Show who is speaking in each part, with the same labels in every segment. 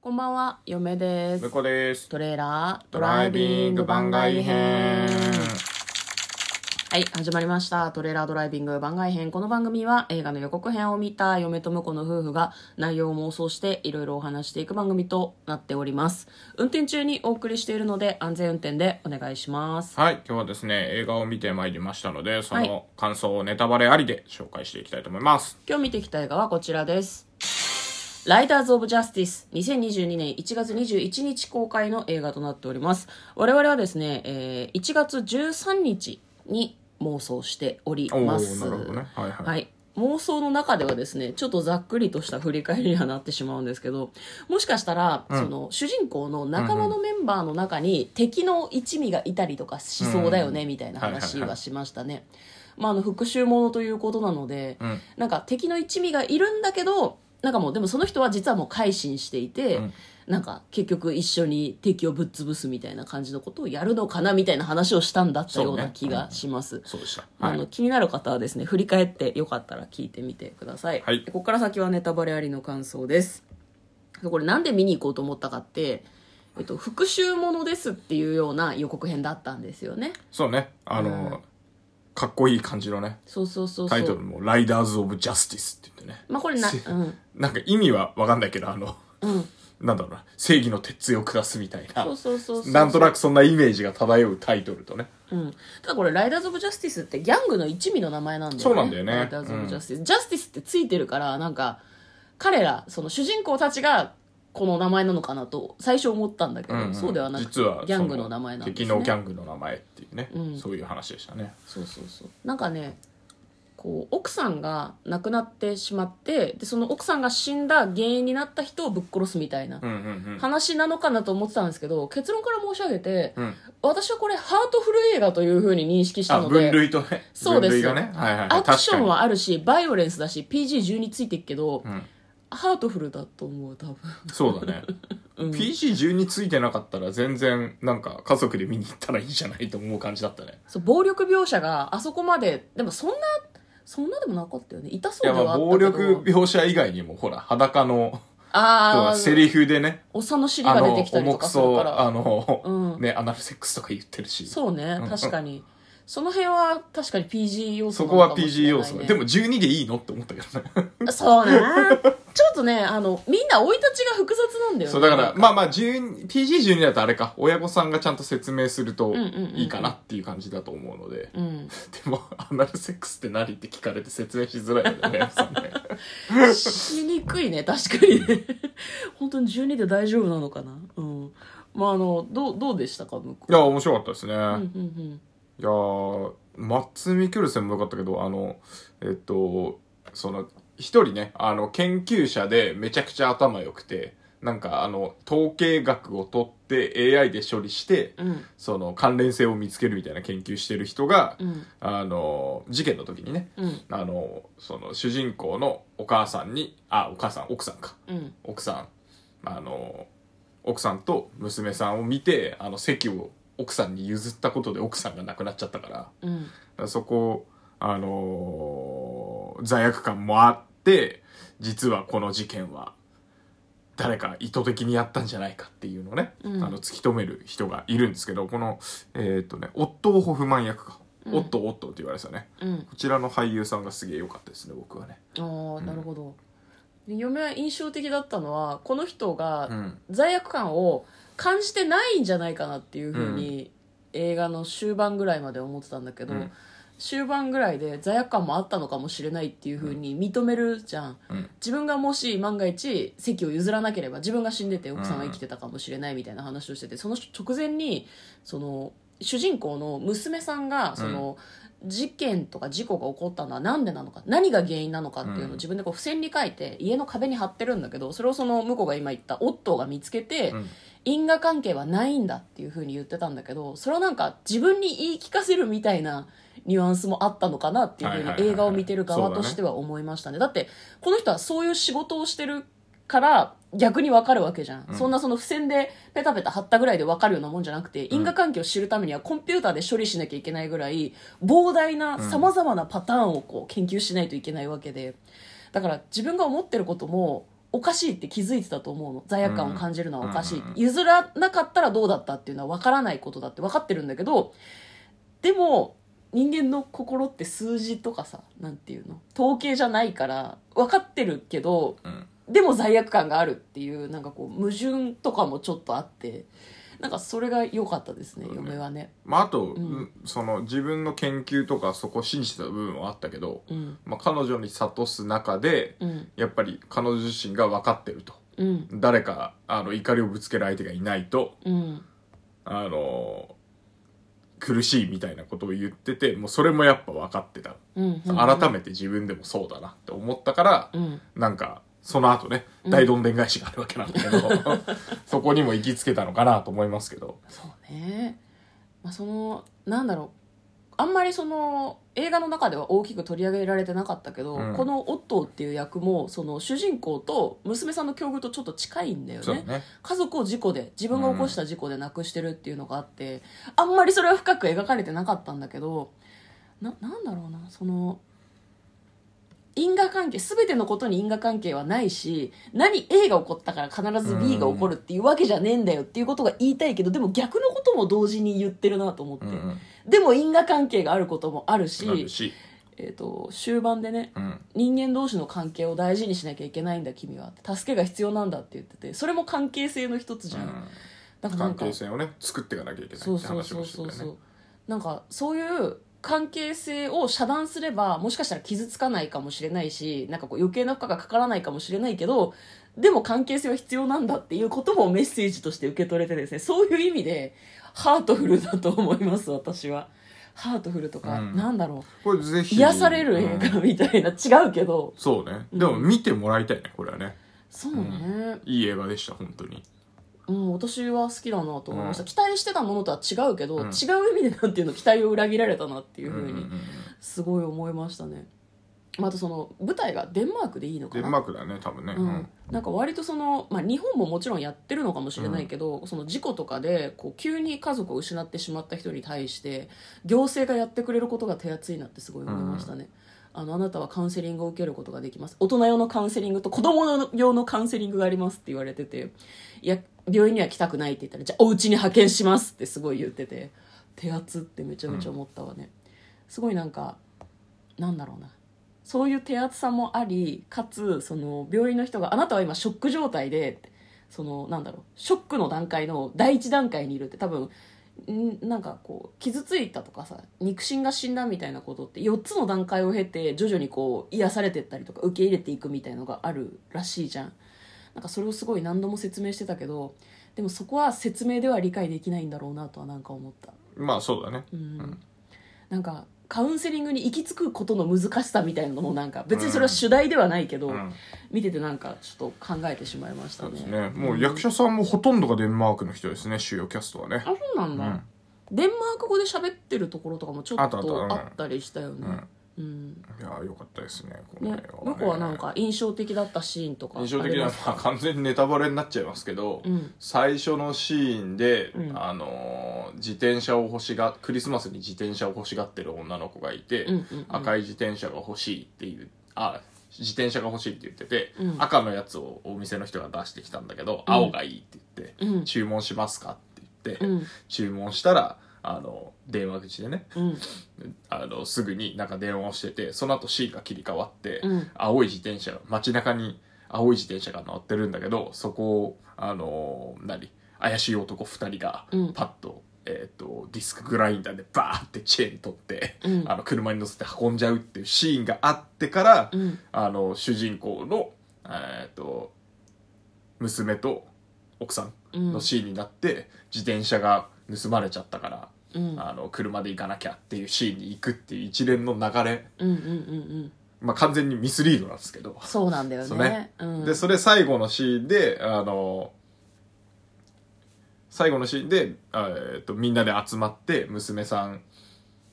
Speaker 1: こんばんは、嫁です
Speaker 2: 向。こうです
Speaker 1: トレーラード
Speaker 2: ドライビング番外編
Speaker 1: はい、始まりました。トレーラードライビング番外編。この番組は映画の予告編を見た嫁と婿の夫婦が内容を妄想していろいろお話していく番組となっております。運転中にお送りしているので安全運転でお願いします。
Speaker 2: はい今日はですね映画を見てまいりましたのでそ
Speaker 1: はい
Speaker 2: の感想をネタバレありで紹介していきたいと思います
Speaker 1: 今日見てきた映画はこちらです。ライダーズ・オブ・ジャスティス2022年1月21日公開の映画となっております我々はですね、えー1月13日に妄想しており
Speaker 2: おおな
Speaker 1: ま
Speaker 2: る
Speaker 1: す
Speaker 2: ほどねはいはい、
Speaker 1: はい、妄想の中ではですねちょっとざっくりとした振り返りにはなってしまうんですけどもしかしたら、その主人公の仲間のメンバーの中に敵の一味がいたりとかしそうだよね、
Speaker 2: うん
Speaker 1: みたいな
Speaker 2: はい
Speaker 1: 話
Speaker 2: はいは
Speaker 1: はいしましたね。まあ、あの復讐ものということなので、
Speaker 2: うん
Speaker 1: なんか敵の一味がいるんだけどなんかもうでもその人は実はもう改心していて、
Speaker 2: うん
Speaker 1: なんか結局一緒に敵をぶっ潰すみたいな感じのことをやるのかなみたいな話をしたんだったような気がします。
Speaker 2: そうでしたは
Speaker 1: あ
Speaker 2: い
Speaker 1: の気になる方はですね振り返ってよかったら聞いてみてください、
Speaker 2: はい
Speaker 1: ここから先はネタバレありの感想ですこれなんで見に行こうと思ったかって、えっと、復讐ものですっていうような予告編だったんですよね
Speaker 2: そうねあの、かっこいい感じのね
Speaker 1: そうそうそうそう
Speaker 2: タイトルも「ライダーズ・オブ・ジャスティス」って言ってね
Speaker 1: まあこ れな、
Speaker 2: せ
Speaker 1: うん、
Speaker 2: なんか意味はわかんないけどあの
Speaker 1: うん
Speaker 2: なんだろうな正義の鉄槌を下すみたいな
Speaker 1: そうそうそうそう
Speaker 2: なんとなくそんなイメージが漂うタイトルとね
Speaker 1: うん、ただこれ「ライダーズ・オブ・ジャスティス」ってギャングの一味の名前なんだよね
Speaker 2: そうなんだよね
Speaker 1: ライダーズ・オブ・ジャスティス、ジャスティスってついてるからなんか彼らその主人公たちがこの名前なのかなと最初思ったんだけど、
Speaker 2: んん
Speaker 1: そうではなくて
Speaker 2: 実は
Speaker 1: ギャングの名前なんです
Speaker 2: その敵のギャ
Speaker 1: ね
Speaker 2: ングの名前っていうね、
Speaker 1: うん
Speaker 2: そういう話でしたね
Speaker 1: そうそうそうなんかねこう奥さんが亡くなってしまってでその奥さんが死んだ原因になった人をぶっ殺すみたいな
Speaker 2: うんうんうん
Speaker 1: 話なのかなと思ってたんですけど結論から申し上げて、
Speaker 2: うん、
Speaker 1: 私はこれハートフル映画というふうに認識した
Speaker 2: あ
Speaker 1: ので
Speaker 2: 分類とね
Speaker 1: そうです
Speaker 2: 分類がね、はいはいはい、
Speaker 1: アクションはあるしバイオレンスだし PG12 ついてるけど、
Speaker 2: 確かに、
Speaker 1: ハートフルだと思う多分
Speaker 2: うん、そうだね、
Speaker 1: うん
Speaker 2: PG12 ついてなかったら全然なんか家族で見に行ったらいいじゃないと思う感じだったね
Speaker 1: そう暴力描写があそこまででもそんなそんなでもなかったよね痛
Speaker 2: い
Speaker 1: そう
Speaker 2: や
Speaker 1: では
Speaker 2: ま
Speaker 1: あ
Speaker 2: あ
Speaker 1: った
Speaker 2: 暴
Speaker 1: けど
Speaker 2: 力描写以外にもほら裸の
Speaker 1: ああ
Speaker 2: セリフでね
Speaker 1: おっさんの尻
Speaker 2: あ
Speaker 1: が出
Speaker 2: の
Speaker 1: てきたり
Speaker 2: 重
Speaker 1: と
Speaker 2: く
Speaker 1: かする
Speaker 2: そ
Speaker 1: か
Speaker 2: うあ
Speaker 1: ら
Speaker 2: の、
Speaker 1: うん
Speaker 2: ねアナルセックスとか言ってるし
Speaker 1: そうね
Speaker 2: うん
Speaker 1: 確かにその辺は確かに PG 要素
Speaker 2: そ
Speaker 1: な
Speaker 2: こ
Speaker 1: のかも
Speaker 2: は
Speaker 1: しれ
Speaker 2: PG
Speaker 1: ない
Speaker 2: 要
Speaker 1: ね
Speaker 2: 素、でも12でいいのって思ったけどね
Speaker 1: そうねちょっとねあのみんな生い立ちが複雑なんだよね
Speaker 2: そう、だから、まあまあ、12 PG12 だとあれか、親御さんがちゃんと説明すると
Speaker 1: んうんうんうん
Speaker 2: いいかなっていう感じだと思うので。
Speaker 1: うん
Speaker 2: でも、アナルセックスって何って聞かれて説明しづらいよね、親御さ んね。
Speaker 1: しにくいね確かにね 本当に12で大丈夫なのかなうんまああのどうどうでしたか向こ
Speaker 2: いや、面白かったですね。
Speaker 1: ううんうん
Speaker 2: いやー、松見キュルセンもよかったけど、あの、えっと、その、一人ね、あの、研究者でめちゃくちゃ頭良くて、なんかあの、統計学を取って AI で処理して、
Speaker 1: うんうん
Speaker 2: その関連性を見つけるみたいな研究してる人が、
Speaker 1: うん
Speaker 2: あの、事件の時にね、
Speaker 1: うん
Speaker 2: あの、その主人公のお母さんに、あ、お母さん、奥さんか。
Speaker 1: うん
Speaker 2: 奥さん、あの、奥さんと娘さんを見て、あの、席を奥さんに譲ったことで奥さんが亡くなっちゃったから、
Speaker 1: うん
Speaker 2: そこ、あのー罪悪感もあって、実はこの事件は、誰か意図的にやったんじゃないかっていうのをね、
Speaker 1: うん
Speaker 2: あの突き止める人がいるんですけど、この、えーっとね、オットー・ホフマン役か。
Speaker 1: うん
Speaker 2: オットー・オットーって言われてたね。
Speaker 1: うん
Speaker 2: こちらの俳優さんがすげえ良かったですね、僕はね。
Speaker 1: ああなるほど、で嫁は印象的だったのはこの人が
Speaker 2: うん。
Speaker 1: 罪悪感を感じてないんじゃないかなっていうふうに、映画の終盤ぐらいまで思ってたんだけど、
Speaker 2: うん
Speaker 1: 終盤ぐらいで罪悪感もあったのかもしれないっていうふうに認めるじゃん、
Speaker 2: うん。
Speaker 1: 自分がもし万が一席を譲らなければ自分が死んでて奥さんは生きてたかもしれないみたいな話をしててその直前にその主人公の娘さんがその、事件とか事故が起こったのは何でなのか何が原因なのかっていうのを
Speaker 2: うん
Speaker 1: 自分でこう付箋に書いて家の壁に貼ってるんだけどそれをその向こうが今言ったオットーが見つけて、
Speaker 2: うん
Speaker 1: 因果関係はないんだっていうふうに言ってたんだけどそれはなんか自分に言い聞かせるみたいなニュアンスもあったのかなっていう
Speaker 2: はいはい
Speaker 1: ふ
Speaker 2: は
Speaker 1: う
Speaker 2: い
Speaker 1: に
Speaker 2: はい
Speaker 1: 映画を見てる側としては思いましたねだってこの人はそういう仕事をしてるから逆に分かるわけじゃん、
Speaker 2: うん
Speaker 1: そんなその付箋でペタペタ貼ったぐらいで分かるようなもんじゃなくて因果関係を知るためにはコンピューターで処理しなきゃいけないぐらい膨大なさまざまなパターンをこう研究しないといけないわけでだから自分が思ってることもおかしいって気づいてたと思うの罪悪感を感じるのはおかしい、
Speaker 2: うんうん
Speaker 1: 譲らなかったらどうだったっていうのは分からないことだって分かってるんだけどでも人間の心って数字とかさなんていうの統計じゃないから分かってるけど
Speaker 2: うん
Speaker 1: でも罪悪感があるっていうなんかこう矛盾とかもちょっとあってなんかそれが良かったですね、
Speaker 2: そうね
Speaker 1: 嫁はね。
Speaker 2: まああと、
Speaker 1: ん
Speaker 2: うんその自分の研究とかそこを信じてた部分はあったけど、
Speaker 1: うん
Speaker 2: まあ、彼女に諭す中で
Speaker 1: うん
Speaker 2: やっぱり彼女自身が分かってると
Speaker 1: うん
Speaker 2: 誰かあの怒りをぶつける相手がいないと
Speaker 1: うん
Speaker 2: あの苦しいみたいなことを言っててもうそれもやっぱ分かってた、
Speaker 1: うん
Speaker 2: 改めて自分でもそうだなって思ったから、
Speaker 1: うん
Speaker 2: なんかその後ね
Speaker 1: うん
Speaker 2: 大どんでん返しがあるわけなん だけど、そこにも行きつけたのかなと思いますけど
Speaker 1: そうね、まあ、そのなんだろうあんまりその映画の中では大きく取り上げられてなかったけど、
Speaker 2: うん
Speaker 1: このオットーっていう役もその主人公と娘さんの境遇とちょっと近いんだよ
Speaker 2: そう
Speaker 1: ね
Speaker 2: だね
Speaker 1: 家族を事故で自分が起こした事故で亡くしてるっていうのがあって、あんまりそれは深く描かれてなかったんだけどななんだろうなその因果関係全てのことに因果関係はないし何 A が起こったから必ず B が起こるっていうわけじゃねえんだよっていうことが言いたいけどでも逆のことも同時に言ってるなと思って、
Speaker 2: うんうん
Speaker 1: でも因果関係があることもあるし
Speaker 2: なるし、
Speaker 1: えー、と終盤でね
Speaker 2: うん、
Speaker 1: 人間同士の関係を大事にしなきゃいけないんだ君は助けが必要なんだって言っててそれも関係性の一つじゃん、だからな
Speaker 2: 関
Speaker 1: んか
Speaker 2: 係性をね作っていかなきゃいけない
Speaker 1: そう
Speaker 2: って
Speaker 1: そう
Speaker 2: 話
Speaker 1: そ
Speaker 2: を
Speaker 1: う
Speaker 2: してた
Speaker 1: そ
Speaker 2: よ
Speaker 1: う
Speaker 2: ね
Speaker 1: そうなんかそういう関係性を遮断すればもしかしたら傷つかないかもしれないしなんかこう余計な負荷がかからないかもしれないけどでも関係性は必要なんだっていうこともメッセージとして受け取れてですねそういう意味でハートフルだと思います私はハートフルとか、
Speaker 2: うん
Speaker 1: なんだろ
Speaker 2: これぜ
Speaker 1: う
Speaker 2: ひ
Speaker 1: 癒される映
Speaker 2: うん
Speaker 1: 画みたいな、違うけど
Speaker 2: そうね
Speaker 1: うん
Speaker 2: でも見てもらいたいねこれはね
Speaker 1: そうね、
Speaker 2: いい映画でした本当に
Speaker 1: うん、私は好きだなと思いました、
Speaker 2: うん
Speaker 1: 期待してたものとは違うけど、
Speaker 2: うん
Speaker 1: 違う意味でなんていうの期待を裏切られたなっていう
Speaker 2: う
Speaker 1: ふう
Speaker 2: んう
Speaker 1: ん
Speaker 2: う
Speaker 1: に
Speaker 2: ん
Speaker 1: すごい思いましたね、まあ、あとその舞台がデンマークでいいのか
Speaker 2: デ
Speaker 1: な
Speaker 2: ンマークだね多分ね
Speaker 1: うんなんか割とその、まあ、日本ももちろんやってるのかもしれないけど、その事故とかでこう急に家族を失ってしまった人に対して行政がやってくれることが手厚いなってすごい思いましたね、あのあなたはカウンセリングを受けることができます大人用のカウンセリングと子供用のカウンセリングがありますって言われてていや病院には来たくないって言ったらじゃあお家に派遣しますってすごい言ってて手厚ってめちゃめちゃ思ったわね、すごいなんかなんだろうなそういう手厚さもありかつその病院の人が「あなたは今ショック状態でって」そのなんだろうショックの段階の第一段階にいるって多分んなんかこう傷ついたとかさ肉親が死んだみたいなことって4つの段階を経て徐々にこう癒されてったりとか受け入れていくみたいのがあるらしいじゃん。なんかそれをすごい何度も説明してたけどでもそこは説明では理解できないんだろうなとはなんか思った。
Speaker 2: うんまあそうだね
Speaker 1: うんなんかカウンセリングに行き着くことの難しさみたいなのもなんか別にそれは主題ではないけど、
Speaker 2: うん
Speaker 1: 見ててなんかちょっと考えてしまいました
Speaker 2: そう
Speaker 1: ね
Speaker 2: ですねもう役者さんもほとんどがデンマークの人ですね主要キャストはね
Speaker 1: あそうなんだ、デンマーク語で喋ってるところとかもちょ
Speaker 2: あっ
Speaker 1: った
Speaker 2: あったうん
Speaker 1: とあったりしたよ
Speaker 2: う
Speaker 1: ね
Speaker 2: んうん
Speaker 1: うん、
Speaker 2: いやーよかったですねこの映
Speaker 1: ね
Speaker 2: 画はね
Speaker 1: 向こうはなんか印象的だったシーンとか
Speaker 2: 印象的
Speaker 1: あり
Speaker 2: な
Speaker 1: ま
Speaker 2: の
Speaker 1: す
Speaker 2: は完全にネタバレになっちゃいますけど、
Speaker 1: うん
Speaker 2: 最初のシーンで、
Speaker 1: うん
Speaker 2: あのー自転車を欲しがクリスマスに自転車を欲しがってる女の子がいて、
Speaker 1: うんうんうん
Speaker 2: 赤い自転車が欲しいっていうあ自転車が欲しいって言ってて、
Speaker 1: うん
Speaker 2: 赤のやつをお店の人が出してきたんだけど、
Speaker 1: うん
Speaker 2: 青がいいって言って、
Speaker 1: うん
Speaker 2: 注文しますかって言って、
Speaker 1: うん
Speaker 2: 注文したらあの電話口でね
Speaker 1: うん
Speaker 2: あのすぐになんか電話をしててその後 C が切り替わって、
Speaker 1: うん
Speaker 2: 青い自転車街中に青い自転車が乗ってるんだけどそこをあのー何怪しい男2人が
Speaker 1: うん
Speaker 2: パッと,、えー、とディスクグラインダーでバーってチェーン取って、
Speaker 1: うん
Speaker 2: あの車に乗せて運んじゃうっていうシーンがあってから、
Speaker 1: うん
Speaker 2: あの主人公の、えー、と娘と奥さんのシーンになって、自転車が盗まれちゃったから
Speaker 1: うん
Speaker 2: あの車で行かなきゃっていうシーンに行くっていう一連の流れ、
Speaker 1: うんうんうん
Speaker 2: まあ、完全にミスリードなんですけど、
Speaker 1: そうなんだよ
Speaker 2: そ
Speaker 1: ね
Speaker 2: うね
Speaker 1: うん、
Speaker 2: でそれ最後のシーンであの最後のシーンで、えーっとみんなで集まって娘さん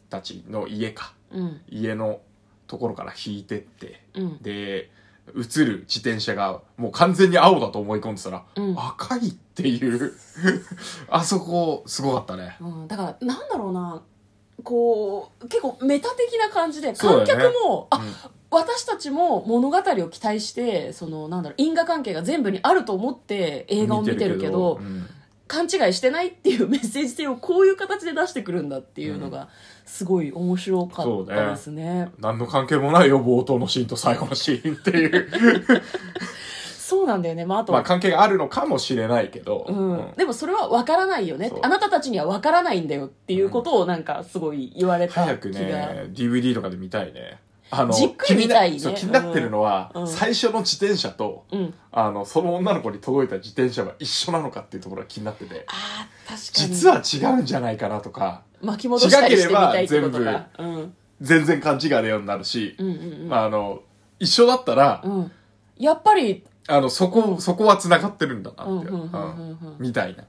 Speaker 2: たちの家か
Speaker 1: うん
Speaker 2: 家のところから引いてって
Speaker 1: うん
Speaker 2: で映る自転車がもう完全に青だと思い込んでたら、
Speaker 1: うん
Speaker 2: 赤いっていう あそこすごかったね
Speaker 1: うん、だからなんだろうなこう結構メタ的な感じで
Speaker 2: そう
Speaker 1: 観
Speaker 2: だよね
Speaker 1: 客も、あ
Speaker 2: うん
Speaker 1: 私たちも物語を期待してそのなんだろう因果関係が全部にあると思って映画を見てるけど
Speaker 2: うん
Speaker 1: 勘違いしてないっていうメッセージ性をこういう形で出してくるんだっていうのがすごい面白かったですね。
Speaker 2: 何の関係もないよ冒頭のシーンと最後のシーンって いう
Speaker 1: そうなんだよね。まあ、あと
Speaker 2: ま
Speaker 1: は、
Speaker 2: あ関係があるのかもしれないけど、
Speaker 1: うん、でもそれは分からないよね
Speaker 2: そう
Speaker 1: あなたたちには分からないんだよっていうことをなんかすごい言われた
Speaker 2: 早く
Speaker 1: 気が、
Speaker 2: ね DVD とかで見たいねあの
Speaker 1: じっくり見たいね
Speaker 2: 気になそう気になってるのは、
Speaker 1: うんうん
Speaker 2: 最初の自転車と、
Speaker 1: うん、
Speaker 2: あのその女の子に届いた自転車は一緒なのかっていうところが気になってて
Speaker 1: あー確かに
Speaker 2: 実は違うんじゃないかなとか
Speaker 1: 巻き戻したりしてみたいってこと
Speaker 2: 違ければ
Speaker 1: か、うん、
Speaker 2: 全然勘違いだようになるし、
Speaker 1: うんうんうん
Speaker 2: まあ、あの一緒だったら、
Speaker 1: うんやっぱり
Speaker 2: あのそこ、
Speaker 1: うん
Speaker 2: そこは繋がってるんだなっていう
Speaker 1: うんうんうんうんうん
Speaker 2: うんみたいな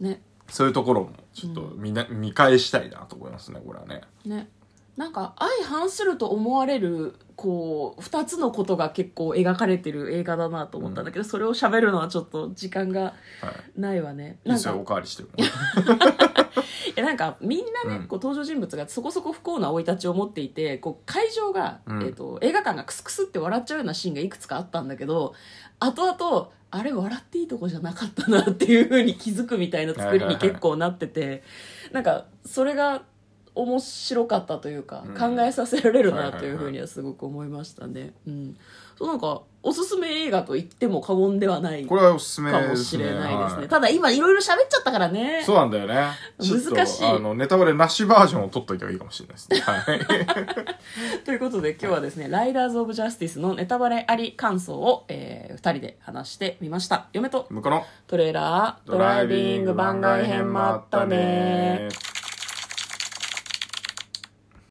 Speaker 1: ね
Speaker 2: そういうところもちょっとみな、見返したいなと思いますねこれはね
Speaker 1: ねなんか相反すると思われるこう2つのことが結構描かれてる映画だなと思ったんだけど、それを喋るのはちょっと時間が
Speaker 2: はい
Speaker 1: ないわね
Speaker 2: いい
Speaker 1: な
Speaker 2: で
Speaker 1: ん
Speaker 2: す
Speaker 1: か
Speaker 2: よおかわりしてるもん
Speaker 1: いやなんかみんなね、
Speaker 2: うん
Speaker 1: こう登場人物がそこそこ不幸な生い立ちを持っていてこう会場が、
Speaker 2: うん
Speaker 1: えー、と映画館がクスクスって笑っちゃうようなシーンがいくつかあったんだけど後々あれ笑っていいとこじゃなかったなっていうふうに気づくみたいな作りに結構なってて、なんかそれが面白かったというか、
Speaker 2: うん
Speaker 1: 考えさせられるなというふうにはすごく思いましたね。うん、そうなんかおすすめ映画と言っても過言ではない
Speaker 2: こ
Speaker 1: か
Speaker 2: れはおすすめですね
Speaker 1: もしれないですね。
Speaker 2: はい
Speaker 1: ただ今いろいろ喋っちゃったからね。
Speaker 2: そうなんだよね。ちょっと
Speaker 1: 難しい
Speaker 2: あの、ネタバレなしバージョンを撮っといた方がいいかもしれないですね。はい。
Speaker 1: ということで今日はですね「ライダーズ・オブ・ジャスティス」のネタバレあり感想を、え2人で話してみました嫁と
Speaker 2: 向こうの
Speaker 1: トレーラード
Speaker 2: ドライビング番外編もあったね